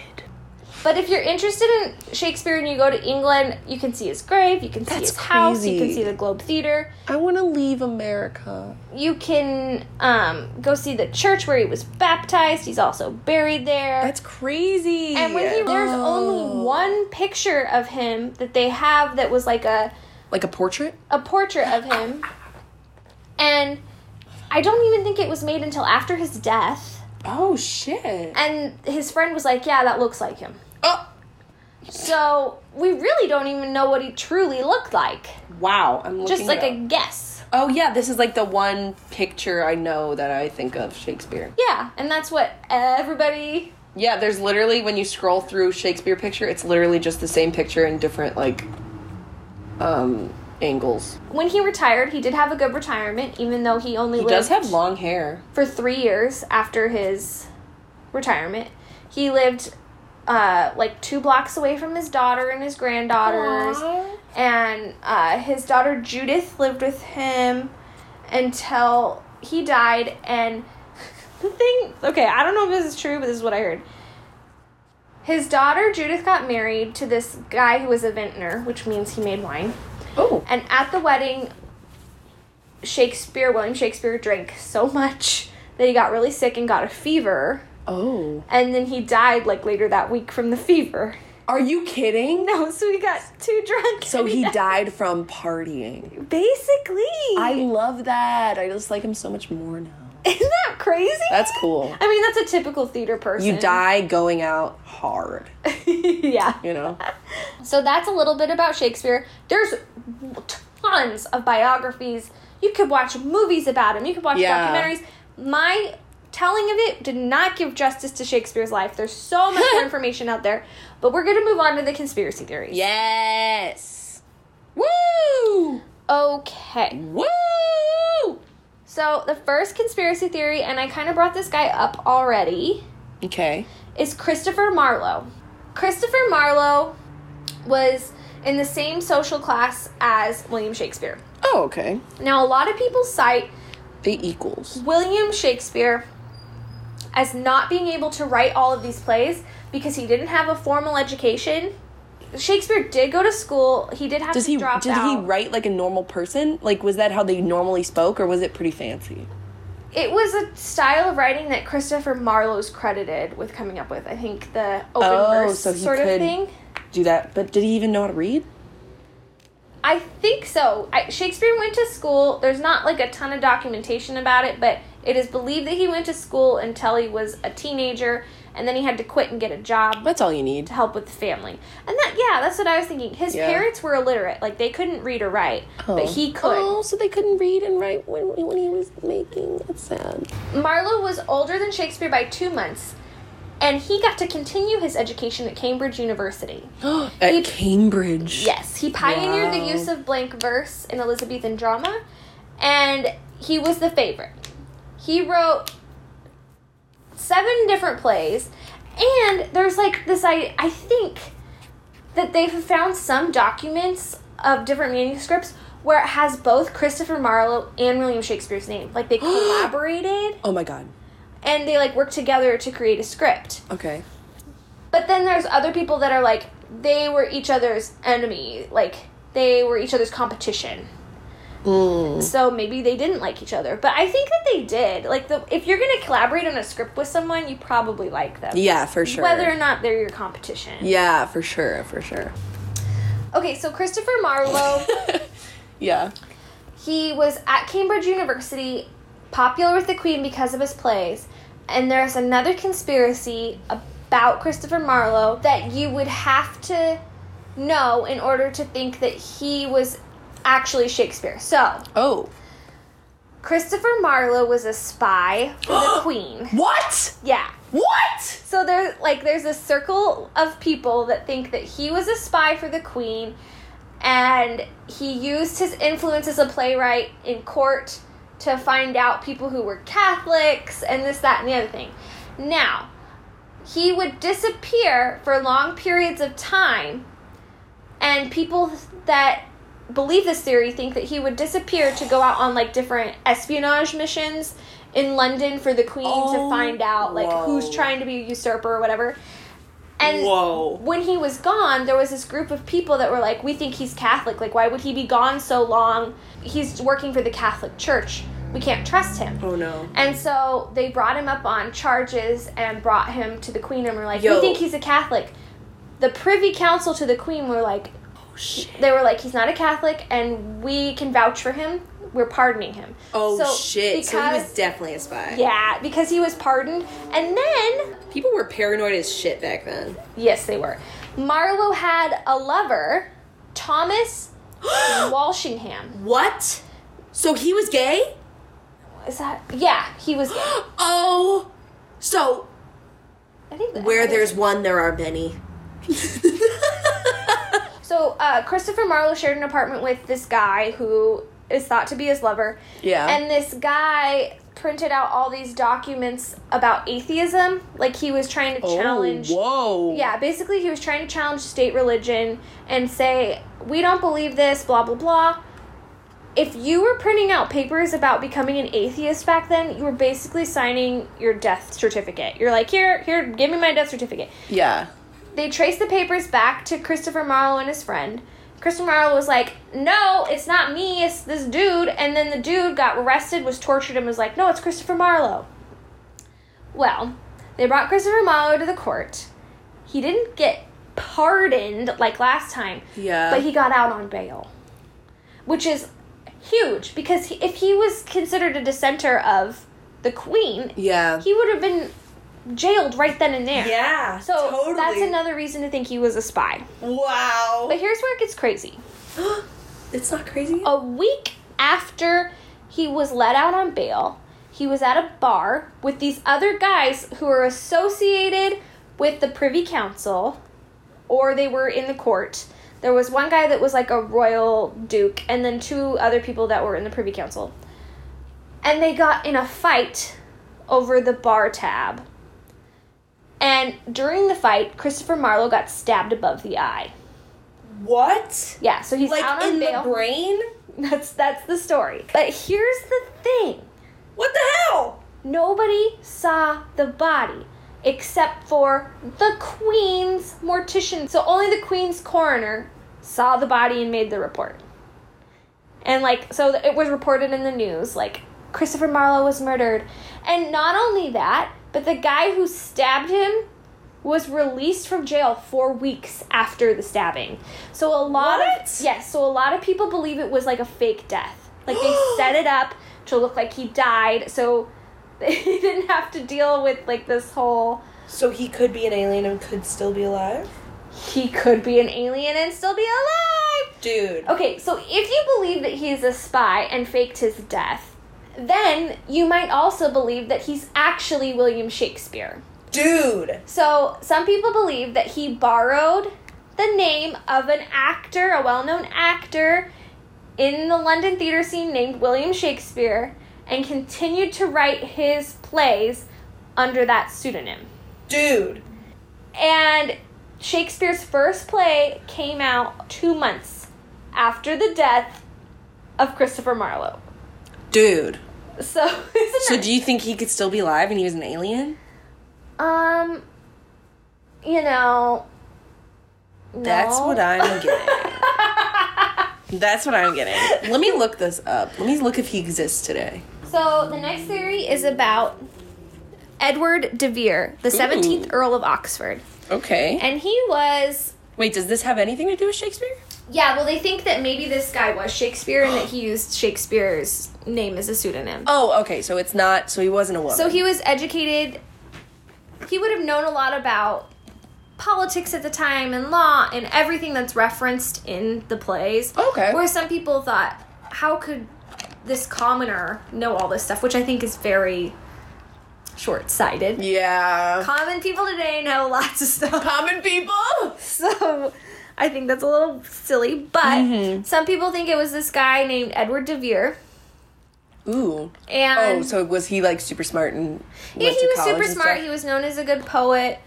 [SPEAKER 3] But if you're interested in Shakespeare and you go to England, you can see his grave, you can see
[SPEAKER 2] That's
[SPEAKER 3] his house, you can
[SPEAKER 2] crazy.
[SPEAKER 3] see the Globe Theater,
[SPEAKER 2] I want to leave America.
[SPEAKER 3] you can um, go see the church where he was baptized. He's also buried there.
[SPEAKER 2] That's crazy. Oh.
[SPEAKER 3] and when he, there's only one picture of him that they have that was like a
[SPEAKER 2] like a portrait.
[SPEAKER 3] a portrait of him. And I don't even think it was made until after his death.
[SPEAKER 2] Oh shit.
[SPEAKER 3] And his friend was like, Yeah, that looks like him.
[SPEAKER 2] Oh
[SPEAKER 3] So we really don't even know what he truly looked like.
[SPEAKER 2] wow. I'm looking
[SPEAKER 3] Just like
[SPEAKER 2] it
[SPEAKER 3] a
[SPEAKER 2] up.
[SPEAKER 3] guess.
[SPEAKER 2] Oh yeah, this is like the one picture I know that I think of Shakespeare.
[SPEAKER 3] Yeah, and that's what everybody.
[SPEAKER 2] Yeah, there's literally when you scroll through Shakespeare picture, it's literally just the same picture in different like um angles.
[SPEAKER 3] When he retired, he did have a good retirement, even though he only
[SPEAKER 2] He
[SPEAKER 3] lived
[SPEAKER 2] does have long hair.
[SPEAKER 3] for three years after his retirement. He lived uh, like two blocks away from his daughter and his granddaughters. and uh, his daughter Judith lived with him until he died. And the thing, okay, I don't know if this is true, but this is what I heard. His daughter Judith got married to this guy who was a vintner, which means he made wine.
[SPEAKER 2] Oh.
[SPEAKER 3] And at the wedding, Shakespeare, William Shakespeare, drank so much that he got really sick and got a fever.
[SPEAKER 2] Oh.
[SPEAKER 3] And then he died like later that week from the fever.
[SPEAKER 2] Are you kidding?
[SPEAKER 3] No, so he got too drunk.
[SPEAKER 2] So
[SPEAKER 3] and
[SPEAKER 2] he died from partying.
[SPEAKER 3] Basically.
[SPEAKER 2] I love that. I just like him so much more now.
[SPEAKER 3] Isn't that crazy?
[SPEAKER 2] That's cool.
[SPEAKER 3] I mean, that's a typical theater person.
[SPEAKER 2] You die going out hard,
[SPEAKER 3] yeah.
[SPEAKER 2] you know?
[SPEAKER 3] So that's a little bit about Shakespeare. There's tons of biographies. You could watch movies about him. You could watch
[SPEAKER 2] Yeah.
[SPEAKER 3] documentaries. My telling of it did not give justice to Shakespeare's life. There's so much more information out there. But we're going to move on to the conspiracy theories.
[SPEAKER 2] Yes. Woo!
[SPEAKER 3] Okay.
[SPEAKER 2] Woo!
[SPEAKER 3] So the first conspiracy theory, and I kind of brought this guy up already.
[SPEAKER 2] Okay.
[SPEAKER 3] is Christopher Marlowe. Christopher Marlowe was in the same social class as William Shakespeare.
[SPEAKER 2] Oh, okay.
[SPEAKER 3] Now, a lot of people cite
[SPEAKER 2] The equals.
[SPEAKER 3] William Shakespeare as not being able to write all of these plays because he didn't have a formal education. Shakespeare did go to school. He did have
[SPEAKER 2] Does
[SPEAKER 3] to
[SPEAKER 2] he
[SPEAKER 3] drop
[SPEAKER 2] did
[SPEAKER 3] out.
[SPEAKER 2] he write like a normal person? Like was that how they normally spoke or was it pretty fancy?
[SPEAKER 3] it was a style of writing that Christopher Marlowe's credited with coming up with. I think the open
[SPEAKER 2] Oh,
[SPEAKER 3] verse
[SPEAKER 2] so he
[SPEAKER 3] sort of
[SPEAKER 2] could-
[SPEAKER 3] thing.
[SPEAKER 2] Do that. But did he even know how to read?
[SPEAKER 3] I think so. I, Shakespeare went to school. There's not like a ton of documentation about it, but it is believed that he went to school until he was a teenager, and then he had to quit and get a job
[SPEAKER 2] That's all you need.
[SPEAKER 3] to help with the family. And that, yeah, that's what I was thinking. His
[SPEAKER 2] Yeah.
[SPEAKER 3] parents were illiterate; like they couldn't read or write,
[SPEAKER 2] Oh.
[SPEAKER 3] but he could.
[SPEAKER 2] Oh, so they couldn't read and write when, when he was making. That's sad.
[SPEAKER 3] Marlowe was older than Shakespeare by two months, and he got to continue his education at Cambridge University.
[SPEAKER 2] At
[SPEAKER 3] He-
[SPEAKER 2] Cambridge.
[SPEAKER 3] Yes, he pioneered the
[SPEAKER 2] Wow.
[SPEAKER 3] use of blank verse in Elizabethan drama, and he was the favorite. He wrote seven different plays, and there's like this I I think that they've found some documents of different manuscripts where it has both Christopher Marlowe and William Shakespeare's name. Like they collaborated
[SPEAKER 2] Oh my god.
[SPEAKER 3] and they like worked together to create a script.
[SPEAKER 2] Okay.
[SPEAKER 3] But then there's other people that are like they were each other's enemy, like they were each other's competition.
[SPEAKER 2] Mm.
[SPEAKER 3] So maybe they didn't like each other, but I think that they did. Like the if you're going to collaborate on a script with someone, you probably like them.
[SPEAKER 2] Yeah, for sure.
[SPEAKER 3] Whether or not they're your competition.
[SPEAKER 2] Yeah, for sure, for sure.
[SPEAKER 3] Okay, so Christopher Marlowe,
[SPEAKER 2] yeah.
[SPEAKER 3] he was at Cambridge University, popular with the Queen because of his plays. And there's another conspiracy about Christopher Marlowe that you would have to know in order to think that he was actually Shakespeare. So,
[SPEAKER 2] Oh.
[SPEAKER 3] Christopher Marlowe was a spy for the Queen.
[SPEAKER 2] What?
[SPEAKER 3] Yeah.
[SPEAKER 2] What?
[SPEAKER 3] So there's like there's a circle of people that think that he was a spy for the queen and he used his influence as a playwright in court to find out people who were Catholics and this, that, and the other thing. Now, he would disappear for long periods of time, and people that believe this theory think that he would disappear to go out on like different espionage missions in London for the Queen to
[SPEAKER 2] Oh,
[SPEAKER 3] find out like who's
[SPEAKER 2] whoa.
[SPEAKER 3] trying to be a usurper or whatever. And
[SPEAKER 2] Whoa.
[SPEAKER 3] when he was gone, there was this group of people that were like, "We think he's Catholic. Like, why would he be gone so long? He's working for the Catholic Church. We can't trust him."
[SPEAKER 2] Oh no.
[SPEAKER 3] And so they brought him up on charges and brought him to the Queen and were like,
[SPEAKER 2] Yo.
[SPEAKER 3] "We think he's a Catholic." The Privy Council to the Queen were like,
[SPEAKER 1] Oh,
[SPEAKER 3] "They were like, he's not a Catholic, and we can vouch for him. We're pardoning him."
[SPEAKER 1] Oh
[SPEAKER 3] So,
[SPEAKER 1] shit! so he was
[SPEAKER 3] because-
[SPEAKER 1] definitely a spy.
[SPEAKER 3] yeah, because he was pardoned, and then
[SPEAKER 1] People were paranoid as shit back then.
[SPEAKER 3] Yes, they were. Marlowe had a lover, Thomas Walshingham.
[SPEAKER 1] What? So he was gay?
[SPEAKER 3] Is that? Yeah, he was. Gay.
[SPEAKER 1] Oh, so
[SPEAKER 3] I think that-
[SPEAKER 1] where there's one, there are many.
[SPEAKER 3] so uh, Christopher Marlowe shared an apartment with this guy who is thought to be his lover.
[SPEAKER 2] Yeah.
[SPEAKER 3] And this guy printed out all these documents about atheism, like he was trying to challenge.
[SPEAKER 2] Oh, whoa.
[SPEAKER 3] Yeah, basically he was trying to challenge state religion and say, we don't believe this, blah, blah, blah. If you were printing out papers about becoming an atheist back then, you were basically signing your death certificate. You're like, here, here, give me my death certificate.
[SPEAKER 2] Yeah.
[SPEAKER 3] They traced the papers back to Christopher Marlowe and his friend. Christopher Marlowe was like, no, it's not me, it's this dude. And then the dude got arrested, was tortured, and was like, no, it's Christopher Marlowe. Well, they brought Christopher Marlowe to the court. He didn't get pardoned like last time,
[SPEAKER 2] Yeah.
[SPEAKER 3] but he got out on bail, which is huge because he, if he was considered a dissenter of the queen,
[SPEAKER 2] Yeah.
[SPEAKER 3] he would have been jailed right then and there.
[SPEAKER 1] Yeah.
[SPEAKER 3] So that's another reason to think he was a spy.
[SPEAKER 1] Wow.
[SPEAKER 3] But here's where it gets crazy.
[SPEAKER 1] it's not crazy.
[SPEAKER 3] A week after he was let out on bail, he was at a bar with these other guys who are associated with the Privy Council or they were in the court. There was one guy that was like a royal duke and then two other people that were in the Privy Council. And they got in a fight over the bar tab. And during the fight, Christopher Marlowe got stabbed above the eye.
[SPEAKER 1] What?
[SPEAKER 3] Yeah, so he's out
[SPEAKER 1] Like
[SPEAKER 3] on
[SPEAKER 1] in
[SPEAKER 3] bail.
[SPEAKER 1] the brain?
[SPEAKER 3] That's that's the story. But here's the thing.
[SPEAKER 1] What the hell?
[SPEAKER 3] Nobody saw the body except for the queen's mortician. So only the queen's coroner saw the body and made the report. And like so it was reported in the news like Christopher Marlowe was murdered. And not only that, but the guy who stabbed him was released from jail 4 weeks after the stabbing. So a lot
[SPEAKER 1] What?
[SPEAKER 3] of yes, so a lot of people believe it was like a fake death. Like they set it up to look like he died so they didn't have to deal with like this whole
[SPEAKER 1] So he could be an alien and could still be alive?
[SPEAKER 3] he could be an alien and still be alive.
[SPEAKER 1] Dude.
[SPEAKER 3] Okay, so if you believe that he's a spy and faked his death, then you might also believe that he's actually William Shakespeare.
[SPEAKER 1] Dude.
[SPEAKER 3] So some people believe that he borrowed the name of an actor, a well known actor in the London theater scene named William Shakespeare, and continued to write his plays under that pseudonym.
[SPEAKER 1] Dude.
[SPEAKER 3] And Shakespeare's first play came out two months after the death of Christopher Marlowe.
[SPEAKER 1] Dude.
[SPEAKER 3] So, isn't
[SPEAKER 1] So
[SPEAKER 3] that-
[SPEAKER 1] do you think he could still be alive and he was an alien?
[SPEAKER 3] um, you know, no.
[SPEAKER 1] That's what I'm getting. That's what I'm getting. Let me look this up. Let me look if he exists today.
[SPEAKER 3] So the next theory is about Edward de Vere, the 17th Earl of Oxford,
[SPEAKER 1] Okay.
[SPEAKER 3] and he was.
[SPEAKER 1] Wait, does this have anything to do with Shakespeare?
[SPEAKER 3] Yeah, well, they think that maybe this guy was Shakespeare and that he used Shakespeare's name as a pseudonym.
[SPEAKER 1] Oh, okay. So it's not. So he wasn't a woman.
[SPEAKER 3] So he was educated. He would have known a lot about politics at the time and law and everything that's referenced in the plays.
[SPEAKER 1] Okay.
[SPEAKER 3] Where some people thought, how could this commoner know all this stuff? Which I think is very short sighted.
[SPEAKER 2] Yeah.
[SPEAKER 3] Common people today know lots of stuff.
[SPEAKER 2] Common people.
[SPEAKER 3] So. I think that's a
[SPEAKER 2] Mm-hmm.
[SPEAKER 3] little silly, but some people think it was this guy named Edward de Vere
[SPEAKER 2] Ooh.
[SPEAKER 3] And
[SPEAKER 2] oh, so was he like super smart and
[SPEAKER 3] yeah,
[SPEAKER 2] went
[SPEAKER 3] he
[SPEAKER 2] to
[SPEAKER 3] was
[SPEAKER 2] college
[SPEAKER 3] super
[SPEAKER 2] and
[SPEAKER 3] smart.
[SPEAKER 2] stuff?
[SPEAKER 3] He was known as a good poet.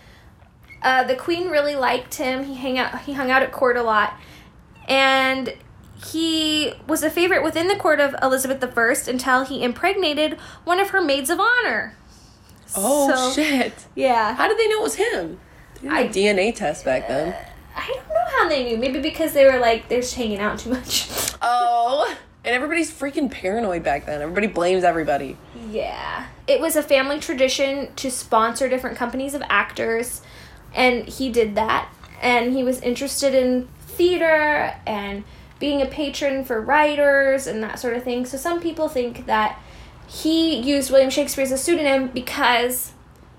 [SPEAKER 3] Uh, the queen really liked him. He hang out. He hung out at court a lot, and he was a favorite within the court of Elizabeth I until he impregnated one of her maids of honor.
[SPEAKER 2] oh
[SPEAKER 3] So-
[SPEAKER 2] shit!
[SPEAKER 3] Yeah,
[SPEAKER 2] How did they know it was him? They did a
[SPEAKER 3] I- Uh,
[SPEAKER 2] DNA test back then.
[SPEAKER 3] I don't know how they knew. Maybe because they were like they're just hanging out too much.
[SPEAKER 2] Oh, and everybody's freaking paranoid back then. Everybody blames everybody.
[SPEAKER 3] Yeah. It was a family tradition to sponsor different companies of actors, and he did that. And he was interested in theater and being a patron for writers and that sort of thing. So some people think that he used William Shakespeare as a pseudonym because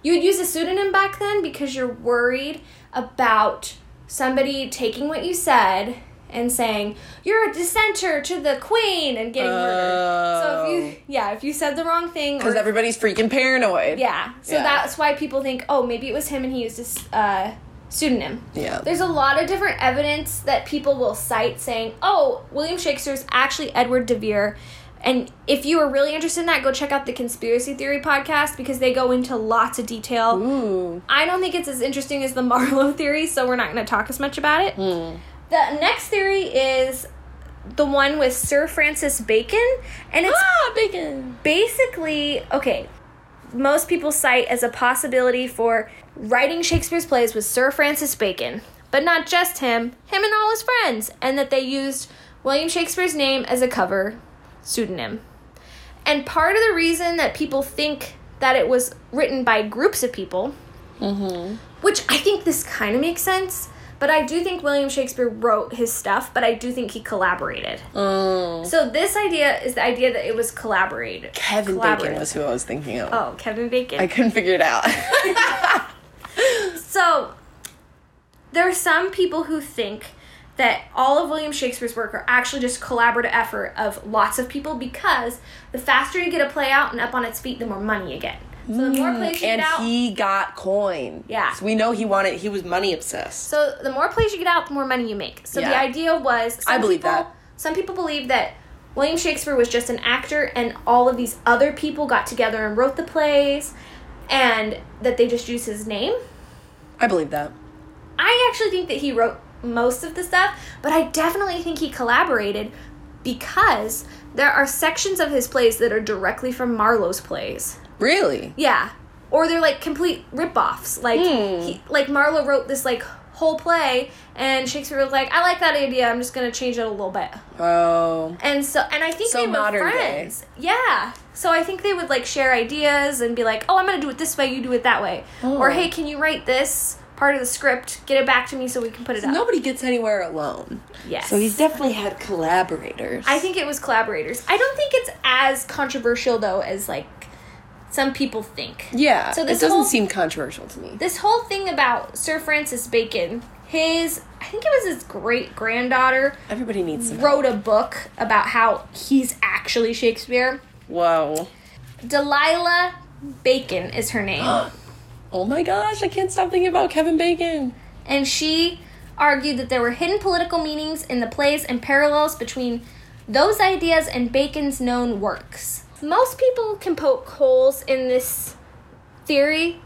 [SPEAKER 3] you would use a pseudonym back then because you're worried about somebody taking what you said and saying you're a dissenter to the queen and getting murdered. So if you yeah, if you said the wrong thing or
[SPEAKER 2] Because everybody's freaking paranoid.
[SPEAKER 3] yeah, so
[SPEAKER 2] Yeah.
[SPEAKER 3] that's why people think oh maybe it was him and he used his uh, pseudonym.
[SPEAKER 2] Yeah.
[SPEAKER 3] There's a lot of different evidence that people will cite saying, oh, William Shakespeare's actually Edward de Vere. And if you are really interested in that, go check out the Conspiracy Theory podcast because they go into lots of detail. I don't think it's as interesting as the Marlowe theory, so we're not going to talk as much about it. The next theory is the one with Sir Francis Bacon, and it's
[SPEAKER 2] bacon.
[SPEAKER 3] basically okay most people cite as a possibility for writing shakespeare's plays was sir francis bacon but not just him him and all his friends and that they used william shakespeare's name as a cover pseudonym and part of the reason that people think that it was written by groups of people which i think this kind of makes sense but i do think william shakespeare wrote his stuff but i do think he collaborated so this idea is the idea that it was collaborated.
[SPEAKER 2] Kevin
[SPEAKER 3] collaborative.
[SPEAKER 2] Bacon was who I was thinking of.
[SPEAKER 3] Oh, Kevin Bacon.
[SPEAKER 2] I couldn't figure it out.
[SPEAKER 3] so there are some people who think that all of William Shakespeare's work are actually just collaborative effort of lots of people because the faster you get a play out and up on its feet, the more money you get. So the more plays you
[SPEAKER 2] Mm, and
[SPEAKER 3] get out,
[SPEAKER 2] he got coin.
[SPEAKER 3] Yeah.
[SPEAKER 2] So we know he wanted. He was money obsessed.
[SPEAKER 3] so the more plays you get out, the more money you make. So the
[SPEAKER 2] Yeah.
[SPEAKER 3] idea was some
[SPEAKER 2] I believe
[SPEAKER 3] people-
[SPEAKER 2] that.
[SPEAKER 3] Some people believe that William Shakespeare was just an actor and all of these other people got together and wrote the plays and that they just used his name.
[SPEAKER 2] I believe that.
[SPEAKER 3] I actually think that he wrote most of the stuff, but I definitely think he collaborated because there are sections of his plays that are directly from Marlowe's plays.
[SPEAKER 2] Really?
[SPEAKER 3] Yeah. Or they're like complete rip-offs. Like he,
[SPEAKER 2] Hmm.
[SPEAKER 3] like Marlowe wrote this like whole play and Shakespeare was like, "I like that idea. I'm just going to change it a little bit."
[SPEAKER 2] Oh.
[SPEAKER 3] And so, and I think
[SPEAKER 2] So
[SPEAKER 3] they were
[SPEAKER 2] modern day.
[SPEAKER 3] friends. Yeah. So I think they would like share ideas and be like, "Oh, I'm gonna do it this way. You do it that way." Or,
[SPEAKER 2] Oh.
[SPEAKER 3] "Hey, can you write this part of the script? Get it back to me so we can put it up."
[SPEAKER 2] Nobody gets anywhere alone.
[SPEAKER 3] Yes.
[SPEAKER 2] So he's definitely had collaborators.
[SPEAKER 3] I think it was collaborators. I don't think it's as controversial though as like some people think.
[SPEAKER 2] Yeah. So
[SPEAKER 3] So this
[SPEAKER 2] this doesn't
[SPEAKER 3] whole-
[SPEAKER 2] seem controversial to me.
[SPEAKER 3] This whole thing about Sir Francis Bacon, his I think it was his great granddaughter
[SPEAKER 2] Everybody needs some.
[SPEAKER 3] wrote a book about how he's actually Shakespeare.
[SPEAKER 2] Whoa.
[SPEAKER 3] Delilah Bacon is her name.
[SPEAKER 2] Oh my gosh! I can't stop thinking about Kevin Bacon.
[SPEAKER 3] and she argued that there were hidden political meanings in the plays and parallels between those ideas and Bacon's known works. Most people can poke holes in this theory.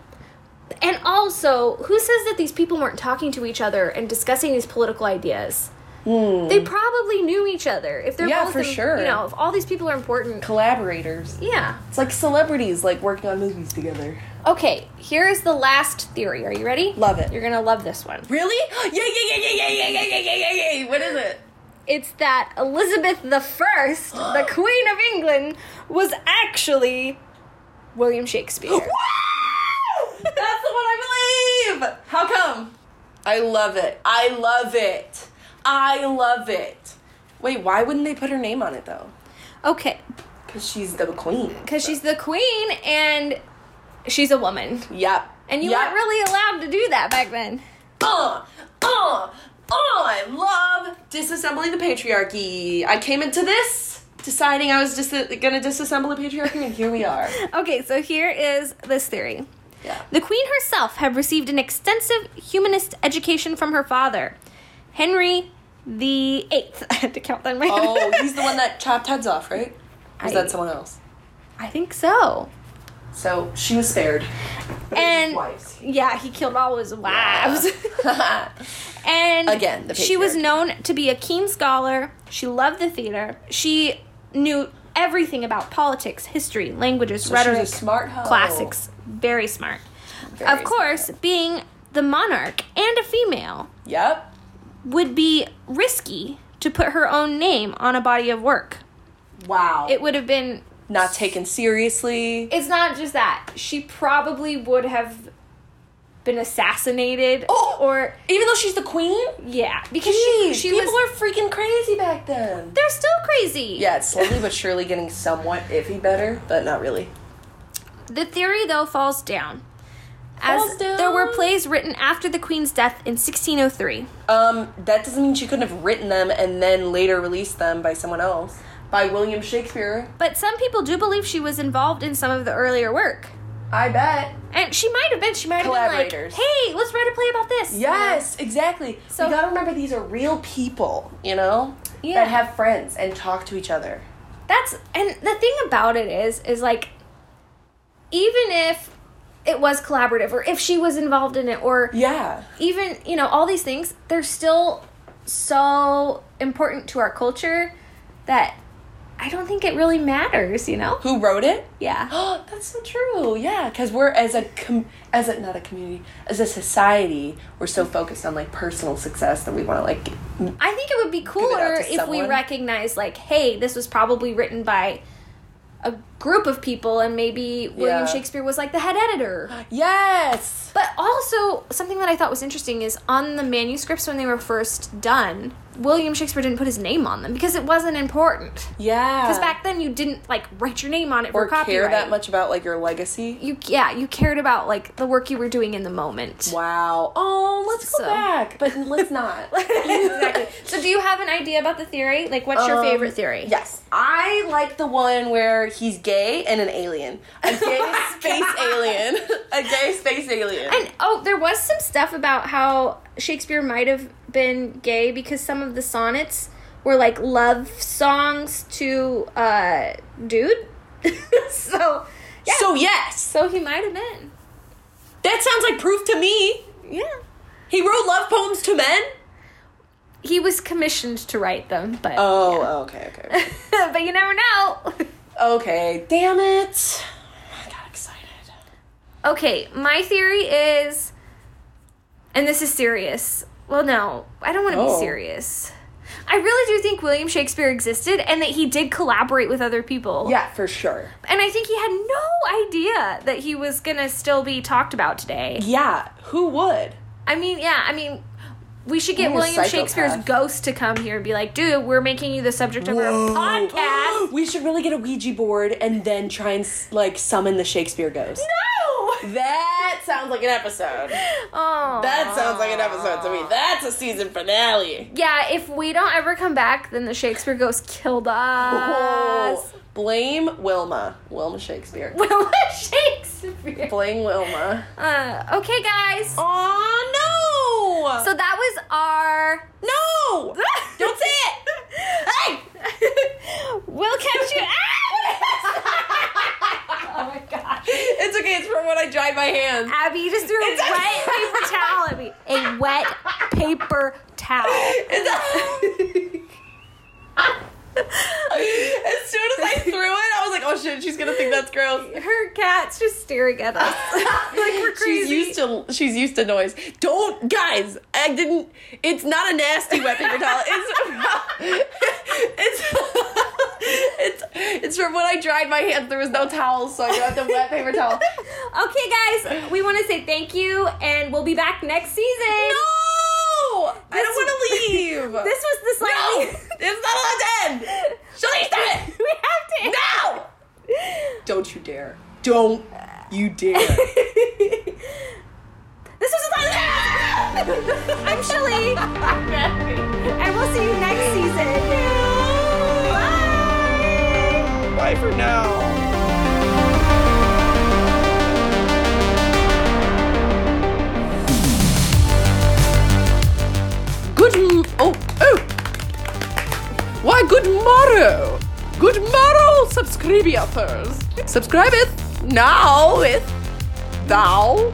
[SPEAKER 3] And also, who says that these people weren't talking to each other and discussing these political ideas? They probably knew each other. If they're
[SPEAKER 2] Hmm. Yeah,
[SPEAKER 3] both,
[SPEAKER 2] for
[SPEAKER 3] im-
[SPEAKER 2] sure.
[SPEAKER 3] you know, if all these people are important,
[SPEAKER 2] Collaborators.
[SPEAKER 3] yeah.
[SPEAKER 2] It's like celebrities like working on movies together.
[SPEAKER 3] Okay, here is the last theory. Are you ready?
[SPEAKER 2] Love it.
[SPEAKER 3] You're gonna love this one.
[SPEAKER 2] Really? Yeah, yeah, yeah, yeah, yeah, yeah, yeah, yeah, yeah, yeah, yeah. What is it?
[SPEAKER 3] It's that Elizabeth the First, the Queen of England, was actually William Shakespeare.
[SPEAKER 2] That's the one I believe. How come? I love it. I love it. I love it. Wait, why wouldn't they put her name on it though?
[SPEAKER 3] okay,
[SPEAKER 2] Because she's the queen.
[SPEAKER 3] because she's the queen and she's a woman,
[SPEAKER 2] Yep.
[SPEAKER 3] and you
[SPEAKER 2] yep.
[SPEAKER 3] weren't really allowed to do that back then.
[SPEAKER 2] Uh, uh, uh, I love disassembling the patriarchy. I came into this deciding I was dis- gonna disassemble the patriarchy, and here we are.
[SPEAKER 3] Okay, so here is this theory.
[SPEAKER 2] Yeah.
[SPEAKER 3] The queen herself had received an extensive humanist education from her father, Henry the Eighth. I had to count that in my head.
[SPEAKER 2] Oh, he's the one that chopped heads off, right? Or is
[SPEAKER 3] I-
[SPEAKER 2] that someone else?
[SPEAKER 3] I think so.
[SPEAKER 2] So she was spared. But it was
[SPEAKER 3] And
[SPEAKER 2] wives.
[SPEAKER 3] yeah, he killed all his wives. and
[SPEAKER 2] Again, the
[SPEAKER 3] she was
[SPEAKER 2] patriarchy.
[SPEAKER 3] known to be a keen scholar. She loved the theater. She knew everything about politics, history, languages,
[SPEAKER 2] she was a
[SPEAKER 3] rhetoric,
[SPEAKER 2] smart hoe.
[SPEAKER 3] classics. Very smart.
[SPEAKER 2] Very
[SPEAKER 3] of course, being the monarch and a female
[SPEAKER 2] Yep.
[SPEAKER 3] would be risky to put her own name on a body of work.
[SPEAKER 2] Wow.
[SPEAKER 3] It would have been
[SPEAKER 2] Not taken seriously.
[SPEAKER 3] it's not just that. She probably would have been assassinated
[SPEAKER 2] Oh!
[SPEAKER 3] or
[SPEAKER 2] Even though she's the queen?
[SPEAKER 3] yeah, because she
[SPEAKER 2] Jeez,
[SPEAKER 3] she
[SPEAKER 2] people
[SPEAKER 3] was
[SPEAKER 2] are freaking crazy back then.
[SPEAKER 3] they're still crazy.
[SPEAKER 2] Yeah, it's slowly but surely getting somewhat iffy better, but not really.
[SPEAKER 3] The theory though falls down. As
[SPEAKER 2] Falls down?
[SPEAKER 3] there were plays written after the queen's death in 1603
[SPEAKER 2] Um, that doesn't mean she couldn't have written them and then later released them by someone else. By William Shakespeare.
[SPEAKER 3] but some people do believe she was involved in some of the earlier work
[SPEAKER 2] I bet.
[SPEAKER 3] and she might have been she might have been like
[SPEAKER 2] Collaborators.
[SPEAKER 3] hey let's write a play about this
[SPEAKER 2] Yes, exactly. So
[SPEAKER 3] So-
[SPEAKER 2] you gotta remember these are real people, you know?
[SPEAKER 3] Yeah.
[SPEAKER 2] That have friends and talk to each other.
[SPEAKER 3] that's and the thing about it is is like even if it was collaborative or if she was involved in it or
[SPEAKER 2] Yeah.
[SPEAKER 3] even you know all these things they're still so important to our culture that i don't think it really matters you know
[SPEAKER 2] Who wrote it?
[SPEAKER 3] yeah
[SPEAKER 2] Oh, that's so true. Yeah, because we're as a com- as a not a community as a society, we're so focused on like personal success that we want to like. m-
[SPEAKER 3] i think it would be cooler
[SPEAKER 2] to
[SPEAKER 3] if we
[SPEAKER 2] someone.
[SPEAKER 3] recognize like hey this was probably written by a group of people and maybe william
[SPEAKER 2] Yeah.
[SPEAKER 3] shakespeare was like the head editor
[SPEAKER 2] Yes.
[SPEAKER 3] But also, something that I thought was interesting is on the manuscripts when they were first done, William Shakespeare didn't put his name on them because it wasn't important.
[SPEAKER 2] Yeah.
[SPEAKER 3] Because back then you didn't like write your name on it
[SPEAKER 2] or
[SPEAKER 3] for
[SPEAKER 2] care
[SPEAKER 3] copyright.
[SPEAKER 2] that much about like your legacy.
[SPEAKER 3] You yeah, you cared about like the work you were doing in the moment.
[SPEAKER 2] Wow. Oh, let's go
[SPEAKER 3] So-
[SPEAKER 2] back, but let's not.
[SPEAKER 3] exactly. So, do you have an idea about the theory? Like, what's your
[SPEAKER 2] Um,
[SPEAKER 3] favorite theory?
[SPEAKER 2] Yes, I like the one where he's gay and an alien, a
[SPEAKER 3] Oh
[SPEAKER 2] gay space alien, a gay space alien.
[SPEAKER 3] And oh, there was some stuff about how Shakespeare might have been gay because some of the sonnets were like love songs to uh dude. so yeah. So,
[SPEAKER 2] So yes,
[SPEAKER 3] he might have been.
[SPEAKER 2] that sounds like proof to me.
[SPEAKER 3] Yeah.
[SPEAKER 2] He wrote love poems to men.
[SPEAKER 3] He was commissioned to write them, but
[SPEAKER 2] Oh, okay, okay. okay.
[SPEAKER 3] but you never know.
[SPEAKER 2] Okay, damn it. I got excited.
[SPEAKER 3] okay, my theory is and this is serious. Well, no, I don't want to
[SPEAKER 2] Oh.
[SPEAKER 3] be serious. I really do think William Shakespeare existed and that he did collaborate with other people.
[SPEAKER 2] Yeah, for sure.
[SPEAKER 3] And I think he had no idea that he was gonna still be talked about today.
[SPEAKER 2] Yeah, who would?
[SPEAKER 3] I mean, yeah, I mean, we should get
[SPEAKER 2] What a
[SPEAKER 3] William Shakespeare's
[SPEAKER 2] psychopath.
[SPEAKER 3] ghost to come here and be like, dude, we're making you the subject of
[SPEAKER 2] Whoa.
[SPEAKER 3] our podcast.
[SPEAKER 2] we should really get a Ouija board and then try and s- like summon the Shakespeare ghost.
[SPEAKER 3] no!
[SPEAKER 2] That sounds like an episode.
[SPEAKER 3] Oh.
[SPEAKER 2] That sounds like an episode to me. That's a season finale.
[SPEAKER 3] yeah, if we don't ever come back, then the Shakespeare ghost killed us.
[SPEAKER 2] Oh, blame Wilma. Wilma Shakespeare.
[SPEAKER 3] William Shakespeare.
[SPEAKER 2] Blame Wilma.
[SPEAKER 3] Uh, okay, guys.
[SPEAKER 2] Oh no!
[SPEAKER 3] So that was our.
[SPEAKER 2] no! Don't say it! Hey!
[SPEAKER 3] we'll catch you. Ah! oh my gosh.
[SPEAKER 2] It's okay, it's from when I dried my hands.
[SPEAKER 3] Abby, you just threw a wet paper towel at me. A wet paper towel.
[SPEAKER 2] It's- as soon as I threw it, I was like, "Oh shit, she's gonna think that's gross."
[SPEAKER 3] Her cat's just staring at us. like we're
[SPEAKER 2] She's
[SPEAKER 3] crazy.
[SPEAKER 2] used to she's used to noise. Don't guys, I didn't. It's not a nasty wet paper towel. It's it's it's it's from when I dried my hands. There was no towels, so I got the wet paper towel.
[SPEAKER 3] okay, guys, we want to say thank you, and we'll be back next season.
[SPEAKER 2] No, I don't want to leave.
[SPEAKER 3] Oh, This was the
[SPEAKER 2] no,
[SPEAKER 3] slightly.
[SPEAKER 2] it's not allowed to end. Shalise, stop it.
[SPEAKER 3] we have to.
[SPEAKER 2] Now, don't you dare. Don't you dare.
[SPEAKER 3] This was the slightly. I'm Shelly. and we'll see you next season. Bye.
[SPEAKER 2] Bye for now. Good m- oh oh. Why good morrow? Good morrow, subscribe. subscribe first. Subscribe it now with thou.